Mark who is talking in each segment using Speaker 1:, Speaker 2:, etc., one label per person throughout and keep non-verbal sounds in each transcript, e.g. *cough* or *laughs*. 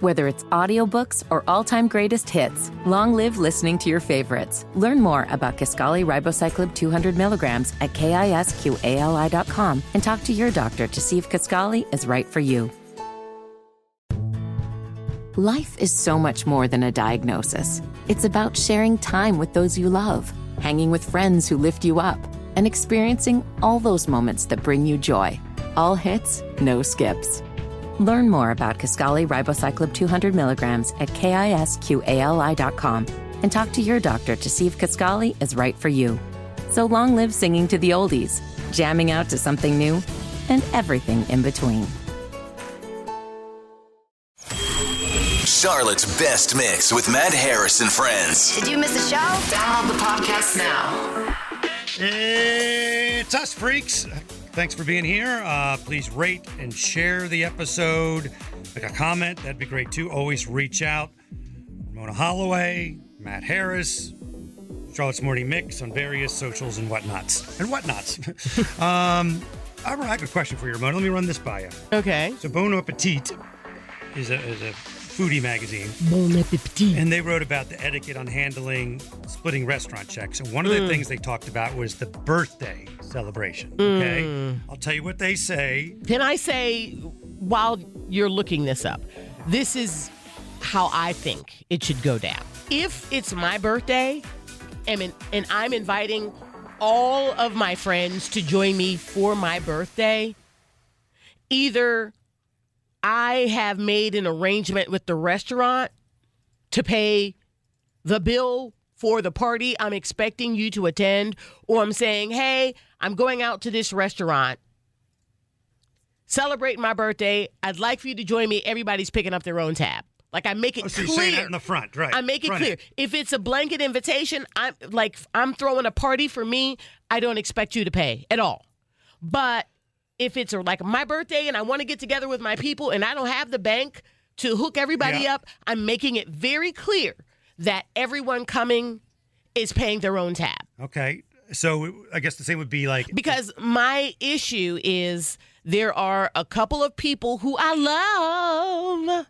Speaker 1: Whether it's audiobooks or all-time greatest hits, long live listening to your favorites. Learn more about Kaskali Ribocyclib 200 milligrams at kisqali.com and talk to your doctor to see if Kaskali is right for you. Life is so much more than a diagnosis. It's about sharing time with those you love, hanging with friends who lift you up, and experiencing all those moments that bring you joy. All hits, no skips. Learn more about Kaskali Ribocyclib 200 milligrams at kisqali.com and talk to your doctor to see if Kaskali is right for you. So long live singing to the oldies, jamming out to something new, and everything in between.
Speaker 2: Charlotte's best mix with Matt Harris and friends.
Speaker 3: Did you miss a show?
Speaker 4: Download the podcast now.
Speaker 5: It's us, freaks. Thanks for being here. Uh, please rate and share the episode. Make a comment. That'd be great, too. Always reach out. Mona Holloway, Matt Harris, Charlotte's Morning Mix on various socials and whatnots. And whatnots. *laughs* um, I have a question for you, Ramona. Let me run this by you.
Speaker 6: Okay.
Speaker 5: So Bon Appetit is a, is a foodie magazine,
Speaker 6: Bon appetit.
Speaker 5: and they wrote about the etiquette on handling splitting restaurant checks. And one of
Speaker 6: Mm.
Speaker 5: the things they talked about was the birthday celebration.
Speaker 6: Mm.
Speaker 5: Okay, I'll tell you what they say.
Speaker 6: Can I say, while you're looking this up, this is how I think it should go down. If it's my birthday and, and I'm inviting all of my friends to join me for my birthday, either I have made an arrangement with the restaurant to pay the bill for the party I'm expecting you to attend, or I'm saying, hey, I'm going out to this restaurant celebrating my birthday. I'd like for you to join me. Everybody's picking up their own tab. Like I make it
Speaker 5: Oh, so you say that
Speaker 6: clear.
Speaker 5: in the front, right?
Speaker 6: I make it
Speaker 5: front
Speaker 6: clear. If it's a blanket invitation, I'm like I'm throwing a party for me. I don't expect you to pay at all. But if it's like my birthday and I want to get together with my people and I don't have the bank to hook everybody
Speaker 5: Yeah.
Speaker 6: up, I'm making it very clear that everyone coming is paying their own tab.
Speaker 5: Okay, so I guess the same would be like
Speaker 6: Because my issue is there are a couple of people who I love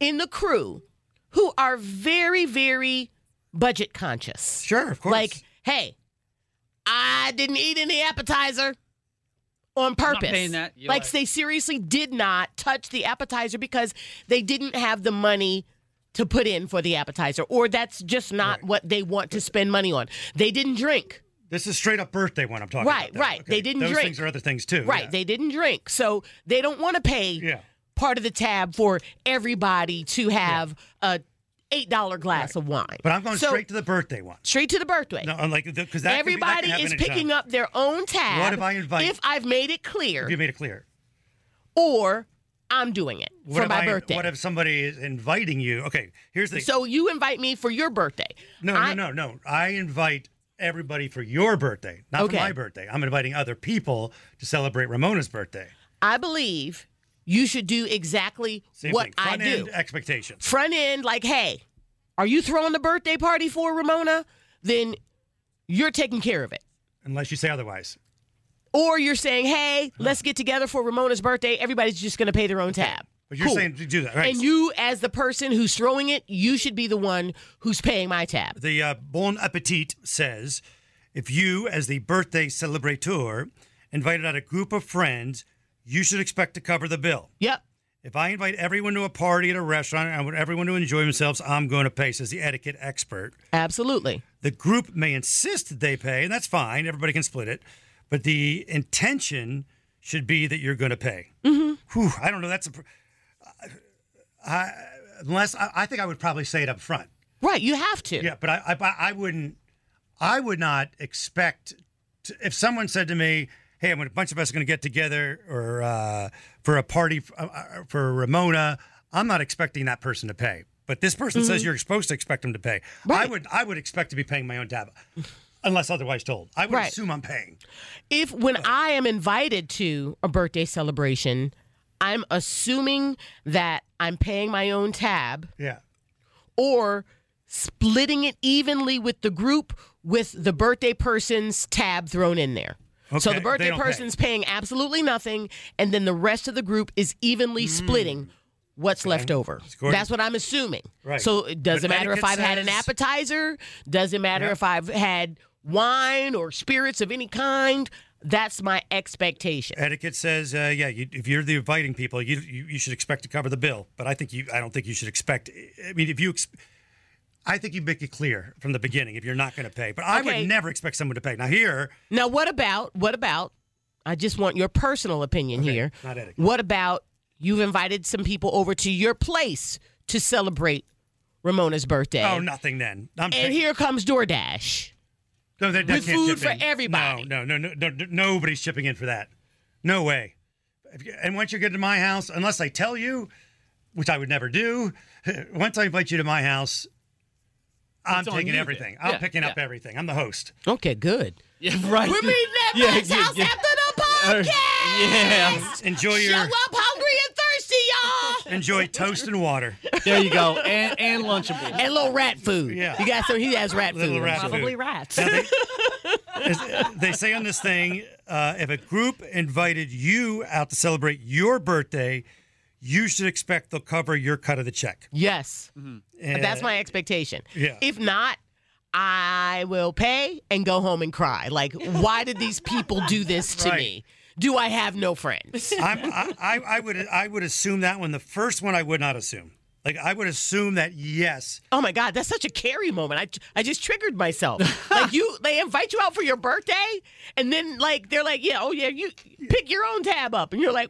Speaker 6: in the crew who are very, very budget conscious.
Speaker 5: sure, of course,
Speaker 6: Like, hey, I didn't eat any appetizer on purpose.
Speaker 7: paying that. You're
Speaker 6: Like
Speaker 7: right.
Speaker 6: they seriously did not touch the appetizer because they didn't have the money to put in for the appetizer, or that's just not what they want to spend money on. They didn't drink.
Speaker 5: this is straight up birthday one I'm talking
Speaker 6: Right,
Speaker 5: about. though.
Speaker 6: right. They didn't
Speaker 5: Those
Speaker 6: drink.
Speaker 5: things are other things too.
Speaker 6: Right.
Speaker 5: yeah.
Speaker 6: They didn't drink. So they don't want to pay
Speaker 5: Yeah.
Speaker 6: part of the tab for everybody to have a $8 glass of wine.
Speaker 5: But I'm going
Speaker 6: So,
Speaker 5: straight to the birthday one.
Speaker 6: straight to the birthday.
Speaker 5: No, unlike because that could be- that
Speaker 6: Everybody
Speaker 5: can happen
Speaker 6: is
Speaker 5: anytime.
Speaker 6: picking up their own tab.
Speaker 5: What if I invite-
Speaker 6: If I've made it clear,
Speaker 5: You made it clear.
Speaker 6: or I'm doing it
Speaker 5: What
Speaker 6: for
Speaker 5: if
Speaker 6: my
Speaker 5: I-
Speaker 6: birthday.
Speaker 5: What if somebody is inviting you? Okay, here's the
Speaker 6: so you invite me for your birthday.
Speaker 5: No,
Speaker 6: I-
Speaker 5: no, no, no. I invite everybody for your birthday, not
Speaker 6: Okay.
Speaker 5: for my birthday. I'm inviting other people to celebrate Ramona's birthday.
Speaker 6: I believe you should do exactly
Speaker 5: Same
Speaker 6: what
Speaker 5: thing. Front
Speaker 6: I do.
Speaker 5: end expectations.
Speaker 6: front end, like, hey, are you throwing the birthday party for Ramona? Then you're taking care of it.
Speaker 5: Unless you say otherwise.
Speaker 6: Or you're saying, hey, let's get together for Ramona's birthday. Everybody's just going to pay their own tab.
Speaker 5: But you're
Speaker 6: Cool.
Speaker 5: saying to do that, right?
Speaker 6: And you, as the person who's throwing it, you should be the one who's paying my tab.
Speaker 5: the uh, Bon Appetit says if you, as the birthday celebrator, invited out a group of friends, you should expect to cover the bill.
Speaker 6: Yep.
Speaker 5: If I invite everyone to a party at a restaurant and I want everyone to enjoy themselves, I'm going to pay, says the etiquette expert.
Speaker 6: Absolutely.
Speaker 5: The group may insist that they pay, and that's fine. Everybody can split it. But the intention should be that you're going to pay. Mm-hmm. Whew, I don't know. That's a, pr- I, unless I, I think I would probably say it up front.
Speaker 6: Right. You have to.
Speaker 5: Yeah, but I, I, I wouldn't. I would not expect to, if someone said to me, "Hey, I'm a bunch of us are going to get together or uh, for a party f- uh, uh, for Ramona." I'm not expecting that person to pay, but this person says you're supposed to expect them to pay. I
Speaker 6: Mm-hmm. Right.
Speaker 5: would. I would expect to be paying my own tab, unless otherwise told. I would
Speaker 6: Right.
Speaker 5: assume I'm paying.
Speaker 6: if when I am invited to a birthday celebration, I'm assuming that I'm paying my own tab
Speaker 5: Yeah.
Speaker 6: or splitting it evenly with the group with the birthday person's tab thrown in there. so
Speaker 5: Okay,
Speaker 6: the
Speaker 5: they
Speaker 6: birthday
Speaker 5: don't pay. Hmm.
Speaker 6: person's paying absolutely nothing, and then the rest of the group is evenly splitting what's left over.
Speaker 5: according-
Speaker 6: That's what I'm assuming.
Speaker 5: Right.
Speaker 6: So it doesn't
Speaker 5: But
Speaker 6: matter if I've
Speaker 5: etiquette
Speaker 6: had an
Speaker 5: says-
Speaker 6: appetizer, doesn't matter
Speaker 5: Yep.
Speaker 6: if I've had wine or spirits of any kind. That's my expectation.
Speaker 5: Etiquette says, uh, yeah, you, if you're the inviting people, you, you you should expect to cover the bill. But I think you, I don't think you should expect. I mean, if you, ex- I think you make it clear from the beginning if you're not going to pay. But I
Speaker 6: Okay.
Speaker 5: would never expect someone to pay. Now here,
Speaker 6: Now, what about what about? I just want your personal opinion here.
Speaker 5: not etiquette.
Speaker 6: What about you've invited some people over to your place to celebrate Ramona's birthday?
Speaker 5: oh, nothing then. I'm
Speaker 6: And
Speaker 5: paying.
Speaker 6: here comes DoorDash.
Speaker 5: no, they, they
Speaker 6: with
Speaker 5: can't
Speaker 6: food
Speaker 5: chip
Speaker 6: for
Speaker 5: in.
Speaker 6: everybody.
Speaker 5: No, no, no, no, no, nobody's chipping in for that. No way. If you- And once you get to my house, unless I tell you, which I would never do, *laughs* once I invite you to my house, I'm
Speaker 3: It's on you
Speaker 5: taking
Speaker 3: then.
Speaker 5: everything. I'm
Speaker 3: Yeah,
Speaker 5: picking up
Speaker 3: yeah.
Speaker 5: everything. I'm the host.
Speaker 6: Okay, good.
Speaker 3: Yeah, right.
Speaker 6: We're meeting
Speaker 5: *laughs*
Speaker 6: at
Speaker 3: Yeah,
Speaker 6: Mac's
Speaker 3: yeah,
Speaker 6: house
Speaker 3: yeah.
Speaker 6: after the podcast.
Speaker 3: Yeah.
Speaker 5: Enjoy your.
Speaker 6: Show up hungry and thirsty, y'all.
Speaker 5: Enjoy toast and water.
Speaker 3: There you go. And and lunchable.
Speaker 6: And little rat food.
Speaker 5: Yeah.
Speaker 6: You got some. He has rat
Speaker 5: Little
Speaker 6: food. I'm
Speaker 5: rat
Speaker 6: sure.
Speaker 5: food.
Speaker 7: Probably rats.
Speaker 5: As they say on this thing uh, if a group invited you out to celebrate your birthday, you should expect they'll cover your cut of the check.
Speaker 6: Yes.
Speaker 5: And-
Speaker 6: That's my expectation.
Speaker 5: Yeah.
Speaker 6: If not, I will pay and go home and cry. Like, why did these people do this to
Speaker 5: Right.
Speaker 6: me? Do I have
Speaker 5: *laughs*
Speaker 6: no friends?
Speaker 5: I'm, I, I, I would I would assume that one. The first one I would not assume. Like I would assume that yes,
Speaker 6: Oh my God, that's such a carry moment. I, I just triggered myself. like you, they invite you out for your birthday, and then like they're like, yeah, oh yeah, you pick your own tab up, and you're like,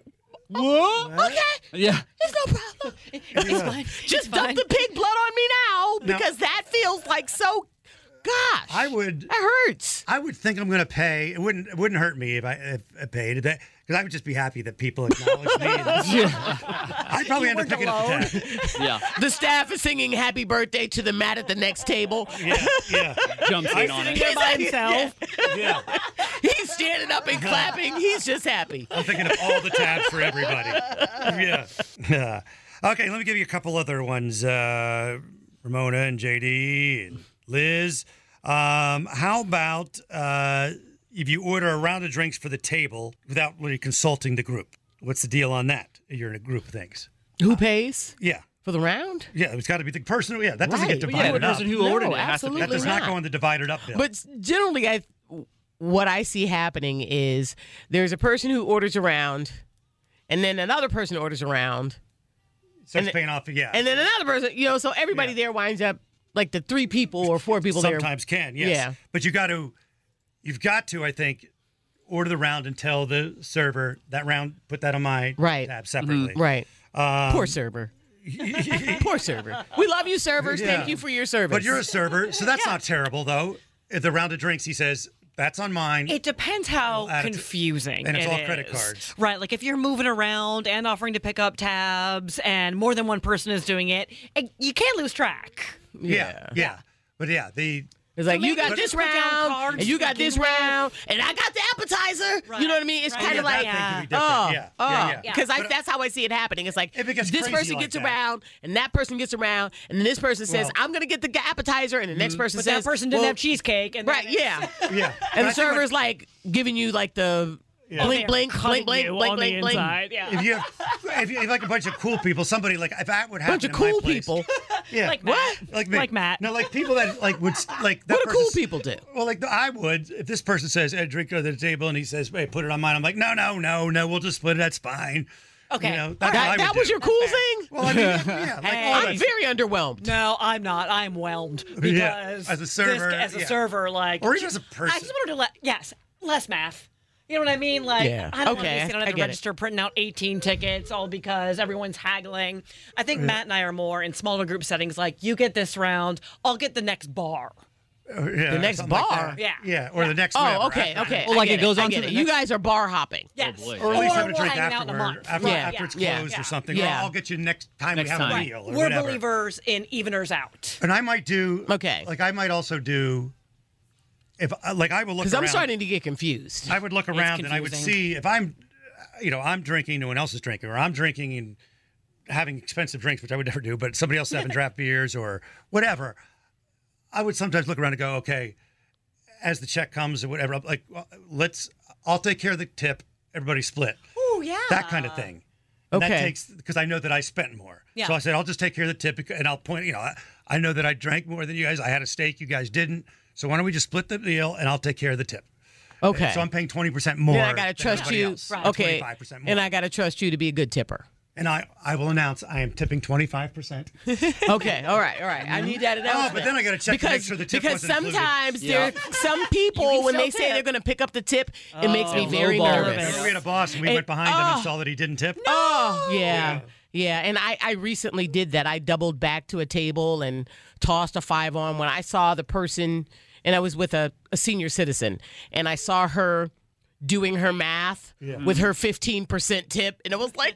Speaker 3: What?
Speaker 6: okay,
Speaker 3: Yeah.
Speaker 6: it's no problem.
Speaker 7: It's fine.
Speaker 6: Just
Speaker 7: It's fine.
Speaker 6: dump the pig blood on me now
Speaker 5: No.
Speaker 6: because that feels like so. Gosh,
Speaker 5: I would.
Speaker 6: That hurts.
Speaker 5: I would think I'm going to pay. It wouldn't. It wouldn't hurt me if I, if I paid it because I would just be happy that people acknowledge me.
Speaker 6: *laughs*
Speaker 5: I'd probably end up picking up the tab.
Speaker 3: Yeah.
Speaker 6: The staff is singing "Happy Birthday" to the mat at the next table.
Speaker 5: Yeah, yeah,
Speaker 3: Jumps in on it.
Speaker 7: Here by himself.
Speaker 5: yeah.
Speaker 6: He's standing
Speaker 5: *laughs*
Speaker 6: up and clapping. He's just happy.
Speaker 5: I'm thinking of all the tabs for everybody. Yeah. Yeah. Okay, let me give you a couple other ones. Uh, Ramona and JD and Liz. Um, how about uh, if you order a round of drinks for the table without really consulting the group? What's the deal on that? You're in a group of things.
Speaker 6: Who pays
Speaker 5: Yeah.
Speaker 6: for the round?
Speaker 5: Yeah, it's got to be the person. Yeah, that doesn't
Speaker 6: Right.
Speaker 5: get
Speaker 6: Well,
Speaker 3: Yeah, the
Speaker 5: divided up.
Speaker 3: person who ordered
Speaker 6: No,
Speaker 3: it has to be.
Speaker 5: that
Speaker 6: absolutely
Speaker 5: does not
Speaker 6: not.
Speaker 5: go in the divided up bill.
Speaker 6: But generally, I what I see happening is there's a person who orders around, and then another person orders around,
Speaker 5: so
Speaker 6: and
Speaker 5: it's
Speaker 6: it-
Speaker 5: paying off. Yeah.
Speaker 6: and then another person. You know, so everybody
Speaker 5: Yeah.
Speaker 6: there winds up like the three people or four people there.
Speaker 5: sometimes can yes
Speaker 6: Yeah.
Speaker 5: but you got to you've got to i think order the round and tell the server that round put that on my
Speaker 6: Right. Mm-hmm.
Speaker 5: tab separately
Speaker 6: Right.
Speaker 5: Um, *laughs*
Speaker 6: Poor server. Poor server. We love you, servers.
Speaker 5: Yeah.
Speaker 6: Thank you for your service.
Speaker 5: but you're a server so that's not terrible though If the round of drinks he says that's on mine
Speaker 7: It depends how
Speaker 5: add it to-
Speaker 7: confusing
Speaker 5: and it's
Speaker 7: it
Speaker 5: all credit
Speaker 7: is.
Speaker 5: cards.
Speaker 7: right? Like if you're moving around and offering to pick up tabs, and more than one person is doing it, it- you can't lose track.
Speaker 5: yeah, yeah but yeah the
Speaker 6: It's like you
Speaker 7: maybe
Speaker 6: got
Speaker 7: just
Speaker 6: this
Speaker 7: put down
Speaker 6: round,
Speaker 7: cards
Speaker 6: and you got
Speaker 7: to
Speaker 6: this
Speaker 7: begin with.
Speaker 6: round, and I got the appetizer. You
Speaker 7: Right,
Speaker 6: know what I mean? It's
Speaker 7: right.
Speaker 6: kind
Speaker 5: yeah,
Speaker 6: of
Speaker 5: that
Speaker 6: like,
Speaker 5: thing
Speaker 7: uh,
Speaker 5: can be different.
Speaker 6: oh,
Speaker 5: yeah,
Speaker 6: oh,
Speaker 5: yeah, yeah.
Speaker 6: because
Speaker 5: But- uh,
Speaker 6: that's how I see it happening. It's like
Speaker 5: It gets
Speaker 6: this
Speaker 5: crazy
Speaker 6: person
Speaker 5: like
Speaker 6: gets
Speaker 5: that.
Speaker 6: around, and that person gets around, and then this person says,
Speaker 5: Well- Mm-hmm.
Speaker 6: "I'm gonna get the g- appetizer," and the next person
Speaker 7: But
Speaker 6: says,
Speaker 7: that person didn't
Speaker 6: well,
Speaker 7: have cheesecake, and
Speaker 6: Right?
Speaker 7: then it's-
Speaker 6: Yeah. *laughs*
Speaker 5: yeah *laughs* But
Speaker 6: and the
Speaker 5: I think what-
Speaker 6: server's like giving you like the blink,
Speaker 7: They're
Speaker 6: blink,
Speaker 7: cutting
Speaker 6: blink, blink,
Speaker 7: you
Speaker 6: blink,
Speaker 7: on
Speaker 6: blink,
Speaker 7: the
Speaker 6: blink.
Speaker 7: inside. Yeah.
Speaker 5: if you have if you have like a bunch of cool people somebody like if that would happen
Speaker 6: Bunch of
Speaker 5: in my
Speaker 6: cool
Speaker 5: place-
Speaker 6: people.
Speaker 5: *laughs* yeah
Speaker 7: Like Matt.
Speaker 5: like me.
Speaker 7: Like Matt.
Speaker 5: no like people that like would st- like that
Speaker 6: What do cool
Speaker 5: person's-
Speaker 6: people do?
Speaker 5: Well, like I would, if this person says, "Hey, drink to the table," and he says, "Hey, put it on mine," I'm like, "No, no, no, no, we'll just split it. That's fine."
Speaker 7: Okay.
Speaker 5: you know, that's what I
Speaker 6: That,
Speaker 5: would
Speaker 6: that was
Speaker 5: do.
Speaker 6: your cool thing.
Speaker 5: Well,
Speaker 6: *laughs*
Speaker 5: I mean, yeah, yeah, like all
Speaker 6: I'm
Speaker 5: that-
Speaker 6: very underwhelmed.
Speaker 7: No, I'm not.
Speaker 5: *laughs*
Speaker 7: I'm whelmed because
Speaker 5: as a
Speaker 7: this-
Speaker 5: server,
Speaker 7: as a
Speaker 5: yeah.
Speaker 7: server, like
Speaker 5: Or even as a person.
Speaker 7: I just wanted to let yes, less math. You know what I mean? Like
Speaker 6: Yeah.
Speaker 7: I
Speaker 6: Okay,
Speaker 7: don't want to be sitting
Speaker 6: I- I
Speaker 7: at
Speaker 6: get
Speaker 7: the
Speaker 6: it.
Speaker 7: register printing out 18 tickets all because everyone's haggling. I
Speaker 5: Mm.
Speaker 7: think Matt and I are more in smaller group settings. Like you get this round, I'll get the next bar.
Speaker 5: Or, yeah,
Speaker 6: The next
Speaker 5: something like
Speaker 6: bar.
Speaker 5: that.
Speaker 7: Yeah.
Speaker 5: yeah, or the next. whatever.
Speaker 6: Oh, okay,
Speaker 5: After-
Speaker 6: okay.
Speaker 3: Well,
Speaker 6: I
Speaker 3: like,
Speaker 6: get
Speaker 3: it goes
Speaker 6: I
Speaker 3: on
Speaker 6: get
Speaker 3: to
Speaker 6: it.
Speaker 3: the
Speaker 6: You
Speaker 3: next-
Speaker 6: guys are bar hopping.
Speaker 7: Yes.
Speaker 3: boy.
Speaker 5: Or at least have a
Speaker 7: we'll
Speaker 5: drink
Speaker 7: hang out in the
Speaker 5: afterward.
Speaker 7: market.
Speaker 5: After,
Speaker 6: Yeah.
Speaker 5: after it's
Speaker 6: Yeah.
Speaker 5: closed
Speaker 7: Yeah.
Speaker 5: or something.
Speaker 6: Yeah.
Speaker 5: Or I'll get you next time
Speaker 3: Next
Speaker 5: we have a
Speaker 3: time.
Speaker 5: meal or
Speaker 7: We're
Speaker 5: whatever.
Speaker 7: believers in eveners out.
Speaker 5: And I might do.
Speaker 6: Okay.
Speaker 5: Like I might also do. If uh, like I will look
Speaker 6: Because
Speaker 5: around.
Speaker 6: I'm starting to get confused.
Speaker 5: I would look around and I would
Speaker 7: confusing.
Speaker 5: see if I'm, you know, I'm drinking, no one else is drinking, or I'm drinking and having expensive drinks, which I would never do, but somebody else having
Speaker 7: *laughs*
Speaker 5: draft beers or whatever. I would sometimes look around and go, okay, as the check comes or whatever, uh, I'm like, well, let's, I'll take care of the tip, everybody split,
Speaker 7: Oh yeah.
Speaker 5: that kind of thing. And That
Speaker 6: Okay.
Speaker 5: takes because I know that I spent more.
Speaker 7: Yeah.
Speaker 5: So I said I'll just take care of the tip and I'll point. You know, I, I know that I drank more than you guys. I had a steak, you guys didn't. So why don't we just split the deal and I'll take care of the tip.
Speaker 6: Okay.
Speaker 5: So I'm paying twenty percent more.
Speaker 6: Then I gotta
Speaker 5: than
Speaker 6: trust
Speaker 5: everybody
Speaker 6: you.
Speaker 5: else.
Speaker 6: Okay.
Speaker 5: 25% more.
Speaker 6: And I gotta trust you to be a good tipper.
Speaker 5: And I, I will announce I am tipping 25%.
Speaker 6: *laughs* Okay. All right. All right. I need that announcement.
Speaker 5: Oh, but then I gotta check to
Speaker 6: because,
Speaker 5: make sure the tip
Speaker 6: because
Speaker 5: wasn't included.
Speaker 6: sometimes there some people when
Speaker 7: still
Speaker 6: they say
Speaker 7: tip.
Speaker 6: they're going to pick up the tip, it makes me
Speaker 7: Oh,
Speaker 6: very
Speaker 7: lowball.
Speaker 6: nervous.
Speaker 5: Remember we had a boss and we
Speaker 6: And-
Speaker 5: went behind him
Speaker 6: oh.
Speaker 5: and saw that he didn't tip.
Speaker 6: Oh, yeah. Yeah, and I, I recently did that. I doubled back to a table and tossed a five on when I saw the person, and I was with a, a senior citizen, and I saw her doing her math with her 15% tip, and it was like,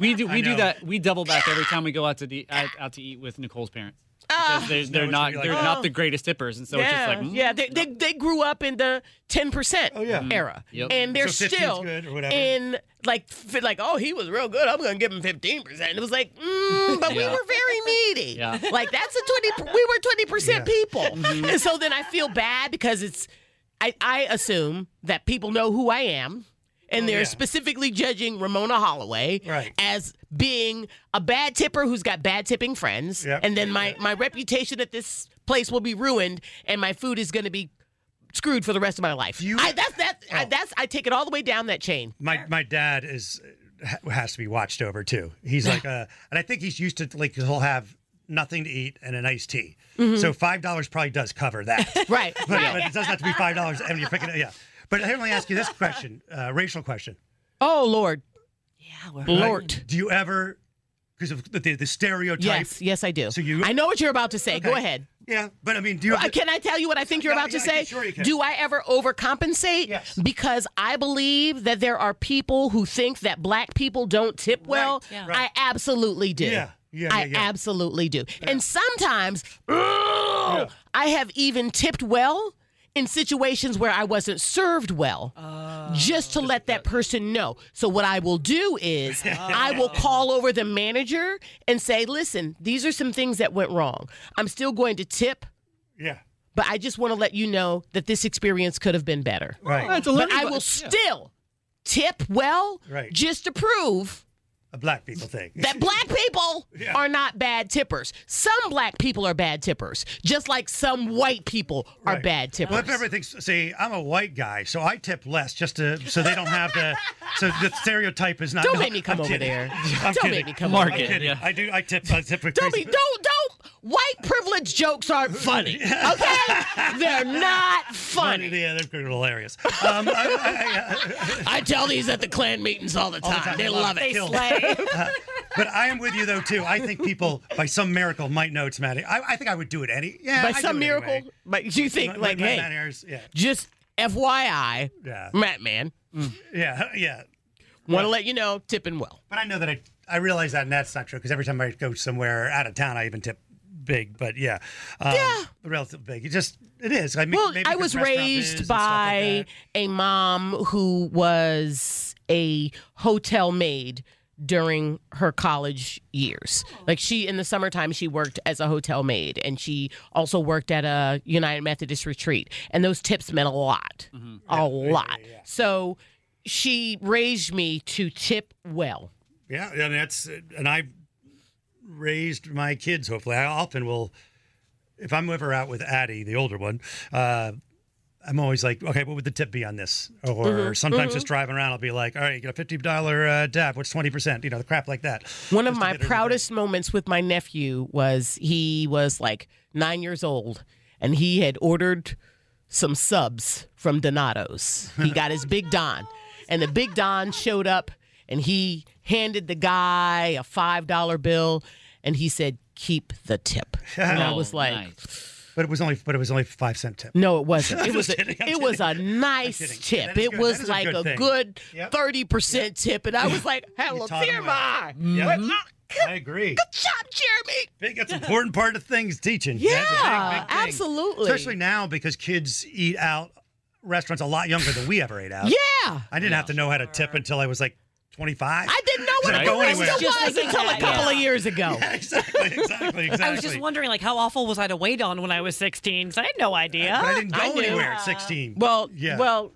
Speaker 8: We do we
Speaker 5: know.
Speaker 8: do that. We double back every time we go out to de- out, out to eat with Nicole's parents. Because they're they're
Speaker 5: it's
Speaker 8: not
Speaker 5: gonna be
Speaker 8: they're
Speaker 5: like-
Speaker 8: not the greatest tippers, and so it's
Speaker 6: Oh. yeah,
Speaker 8: just like mm.
Speaker 6: yeah. They, they, they grew up in the 10% era,
Speaker 8: Mm-hmm. Yep.
Speaker 6: and they're
Speaker 5: Oh, So 15's
Speaker 6: still
Speaker 5: good or whatever.
Speaker 6: in like, f- like, oh, he was real good. I'm going to give him 15%. It was like,
Speaker 8: *laughs*
Speaker 6: mm, but we
Speaker 8: Yeah.
Speaker 6: were very needy.
Speaker 8: Yeah. Mm-hmm.
Speaker 6: Like that's a twenty. We were twenty percent
Speaker 8: *laughs*
Speaker 6: people, and so then I feel bad because it's. I, I assume that people know who I am, and they're
Speaker 5: Oh, yeah.
Speaker 6: specifically judging Ramona Holloway
Speaker 5: Right.
Speaker 6: as being a bad tipper who's got bad tipping friends,
Speaker 5: Yep.
Speaker 6: and then my my reputation at this place will be ruined, and my food is going to be screwed for the rest of my life.
Speaker 5: You- Oh.
Speaker 6: I, that's that. I, that's I take it all the way down that chain.
Speaker 5: My my dad is ha- has to be watched over too. He's like uh and I think he's used to like he he'll have nothing to eat and an iced tea.
Speaker 6: Mm-hmm.
Speaker 5: So five dollars probably does cover
Speaker 6: *laughs*
Speaker 5: that. *laughs*
Speaker 6: Right.
Speaker 5: but, but it doesn't have to be five dollars and you're picking it yeah. But I only ask you this question, uh, racial question.
Speaker 6: oh Lord. Yeah.
Speaker 5: Like,
Speaker 6: Lord.
Speaker 5: do you ever because of the, the stereotype?
Speaker 6: Yes, yes, I do.
Speaker 5: So you-
Speaker 6: I know what you're about to say. Go
Speaker 5: Okay.
Speaker 6: ahead.
Speaker 5: Yeah. But I mean do you
Speaker 6: Uh, Can I tell you what I think you're
Speaker 5: Yeah,
Speaker 6: about to
Speaker 5: yeah,
Speaker 6: say?
Speaker 5: sure you can.
Speaker 6: Do I ever overcompensate?
Speaker 5: Yes.
Speaker 6: Because I believe that there are people who think that black people don't tip well.
Speaker 7: yeah.
Speaker 6: I absolutely do.
Speaker 5: Yeah, yeah, yeah,
Speaker 6: I
Speaker 5: yeah.
Speaker 6: absolutely do. And sometimes ugh, I have even tipped well in situations where I wasn't served well
Speaker 5: Oh.
Speaker 6: just to let that person know. So what I will do
Speaker 5: *laughs*
Speaker 6: is I will call over the manager and say, "Listen, these are some things that went wrong. I'm still going to tip,
Speaker 5: Yeah.
Speaker 6: but I just want to let you know that this experience could have been better.
Speaker 5: Right.
Speaker 8: It's a
Speaker 6: But
Speaker 8: learning
Speaker 6: I
Speaker 8: bu-
Speaker 6: will
Speaker 8: yeah.
Speaker 6: still tip well
Speaker 5: Right.
Speaker 6: just to prove
Speaker 5: A black people thing.
Speaker 6: that
Speaker 5: *laughs*
Speaker 6: black people are not bad tippers. Some black people are bad tippers, just like some white people are
Speaker 5: Right.
Speaker 6: bad tippers.
Speaker 5: Well, if everything, see, I'm a white guy, so I tip less just to, so they don't have the, so the stereotype is not.
Speaker 6: Don't
Speaker 5: no,
Speaker 6: make me come
Speaker 5: I'm
Speaker 6: over
Speaker 5: kidding.
Speaker 6: there.
Speaker 5: *laughs* I'm
Speaker 6: Don't
Speaker 5: kidding.
Speaker 6: make me come
Speaker 5: I'm
Speaker 6: over there.
Speaker 5: kidding.
Speaker 8: yeah.
Speaker 5: I do, I tip, I tip with
Speaker 6: Don't be,
Speaker 5: crazy-
Speaker 6: don't don't white privilege
Speaker 5: *laughs*
Speaker 6: jokes aren't funny. Okay? They're not funny.
Speaker 5: Yeah, they're pretty hilarious. Um, I, I- I-
Speaker 6: I tell these at the clan meetings all the time.
Speaker 5: time.
Speaker 6: They
Speaker 5: They
Speaker 6: love
Speaker 5: love
Speaker 6: it.
Speaker 5: it. Killed. but I am with you though too. I think people, by some miracle, might know it's Matt. I, I think *laughs* I would do it any. Yeah,
Speaker 6: By
Speaker 5: I'd
Speaker 6: some
Speaker 5: do it
Speaker 6: miracle,
Speaker 5: anyway.
Speaker 6: but you think
Speaker 5: But-
Speaker 6: like,
Speaker 5: but
Speaker 6: hey,
Speaker 5: Matt Harris, yeah,
Speaker 6: just FYI,
Speaker 5: Yeah.
Speaker 6: Matt man,
Speaker 5: yeah, yeah.
Speaker 6: want to let you know, tipping well.
Speaker 5: But I know that I I realize that, and that's not true because every time I go somewhere out of town, I even tip big. But yeah, um,
Speaker 6: Yeah.
Speaker 5: relative big. It just it is. I mean,
Speaker 6: Well,
Speaker 5: maybe
Speaker 6: I
Speaker 5: because
Speaker 6: was
Speaker 5: restaurant is and
Speaker 6: raised
Speaker 5: stuff like
Speaker 6: by
Speaker 5: that.
Speaker 6: a mom who was a hotel maid during her college years. Like she in the summertime she worked as a hotel maid and she also worked at a United Methodist retreat and those tips meant a lot.
Speaker 5: Mm-hmm.
Speaker 6: A lot. So she raised me to tip well.
Speaker 5: Yeah, and that's and I raised my kids. Hopefully, I often will. If I'm ever out with Addie, the older one, uh, I'm always like, okay, what would the tip be on this? Or
Speaker 6: Mm-hmm,
Speaker 5: sometimes just driving around, I'll be like, all right, you got a fifty dollar uh, tab. What's twenty percent? You know, the crap like that.
Speaker 6: One of
Speaker 5: Just to
Speaker 6: my
Speaker 5: get her to
Speaker 6: proudest moments with my nephew was he was like nine years old and he had ordered some subs from Donato's.
Speaker 5: *laughs*
Speaker 6: He got his Big Don, and the Big Don showed up and he handed the guy a $5 bill and he said, Keep
Speaker 5: *laughs*
Speaker 6: the tip. And I
Speaker 8: Oh,
Speaker 6: was like,
Speaker 8: nice.
Speaker 5: But it was only, but it was only five cent tip.
Speaker 6: no, it wasn't. It
Speaker 5: I'm
Speaker 6: was a,
Speaker 5: just kidding, I'm
Speaker 6: it was a nice
Speaker 5: kidding. Yeah,
Speaker 6: tip.
Speaker 5: that is
Speaker 6: It
Speaker 5: good.
Speaker 6: was
Speaker 5: That is a
Speaker 6: like
Speaker 5: good
Speaker 6: a
Speaker 5: thing.
Speaker 6: good
Speaker 5: Yep.
Speaker 6: thirty percent tip, and
Speaker 5: *laughs*
Speaker 6: I was like, "Hello,
Speaker 5: taught
Speaker 6: tear
Speaker 5: him Mm.
Speaker 6: my eye.
Speaker 5: Yeah, Mm-hmm. I agree.
Speaker 6: Chop, Jeremy."
Speaker 5: Big, that's an important part of things teaching.
Speaker 6: Yeah,
Speaker 5: That's a big, big thing.
Speaker 6: absolutely.
Speaker 5: Especially now because kids eat out restaurants a lot younger than we ever ate out.
Speaker 6: Yeah.
Speaker 5: I didn't have to know how to tip until I was like 25.
Speaker 6: I didn't know what
Speaker 5: Right.
Speaker 6: a
Speaker 5: Go
Speaker 6: barista
Speaker 5: anywhere.
Speaker 7: Just
Speaker 6: was
Speaker 7: like
Speaker 6: until a
Speaker 7: that,
Speaker 6: couple
Speaker 7: yeah.
Speaker 6: of years ago.
Speaker 5: *laughs* exactly, exactly, exactly.
Speaker 7: I was just wondering, like, how awful was I to wait on when I was 16? Because I had no idea.
Speaker 5: But I didn't go
Speaker 6: I knew.
Speaker 5: anywhere at 16.
Speaker 6: *laughs* Well,
Speaker 5: yeah. *laughs*
Speaker 6: well,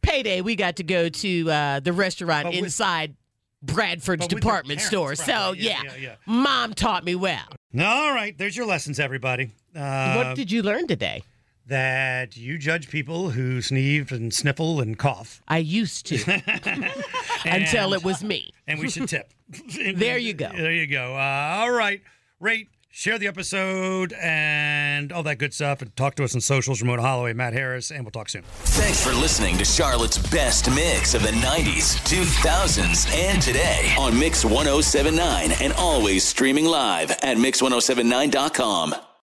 Speaker 6: payday. We got to go to uh, the restaurant
Speaker 5: But with-
Speaker 6: inside Bradford's
Speaker 5: But with your
Speaker 6: department
Speaker 5: parents,
Speaker 6: store.
Speaker 5: right,
Speaker 6: so
Speaker 5: right, yeah,
Speaker 6: yeah,
Speaker 5: yeah, yeah.
Speaker 6: mom taught me well.
Speaker 5: All right, there's your lessons, everybody. Uh,
Speaker 6: what did you learn today?
Speaker 5: that you judge people who sneeze and sniffle and cough,
Speaker 6: I used to *laughs* until
Speaker 5: *laughs* And-
Speaker 6: it was me.
Speaker 5: and we should tip.
Speaker 6: *laughs*
Speaker 5: *laughs*
Speaker 6: There you go.
Speaker 5: There you go. Uh, all right, rate, share the episode, and all that good stuff. And talk to us on socials. Ramona Holloway, Matt Harris, and we'll talk soon.
Speaker 2: Thanks for listening to Charlotte's best mix of the 90s, 2000s, and today oh on Mix 1079 and always streaming live at Mix1079.com.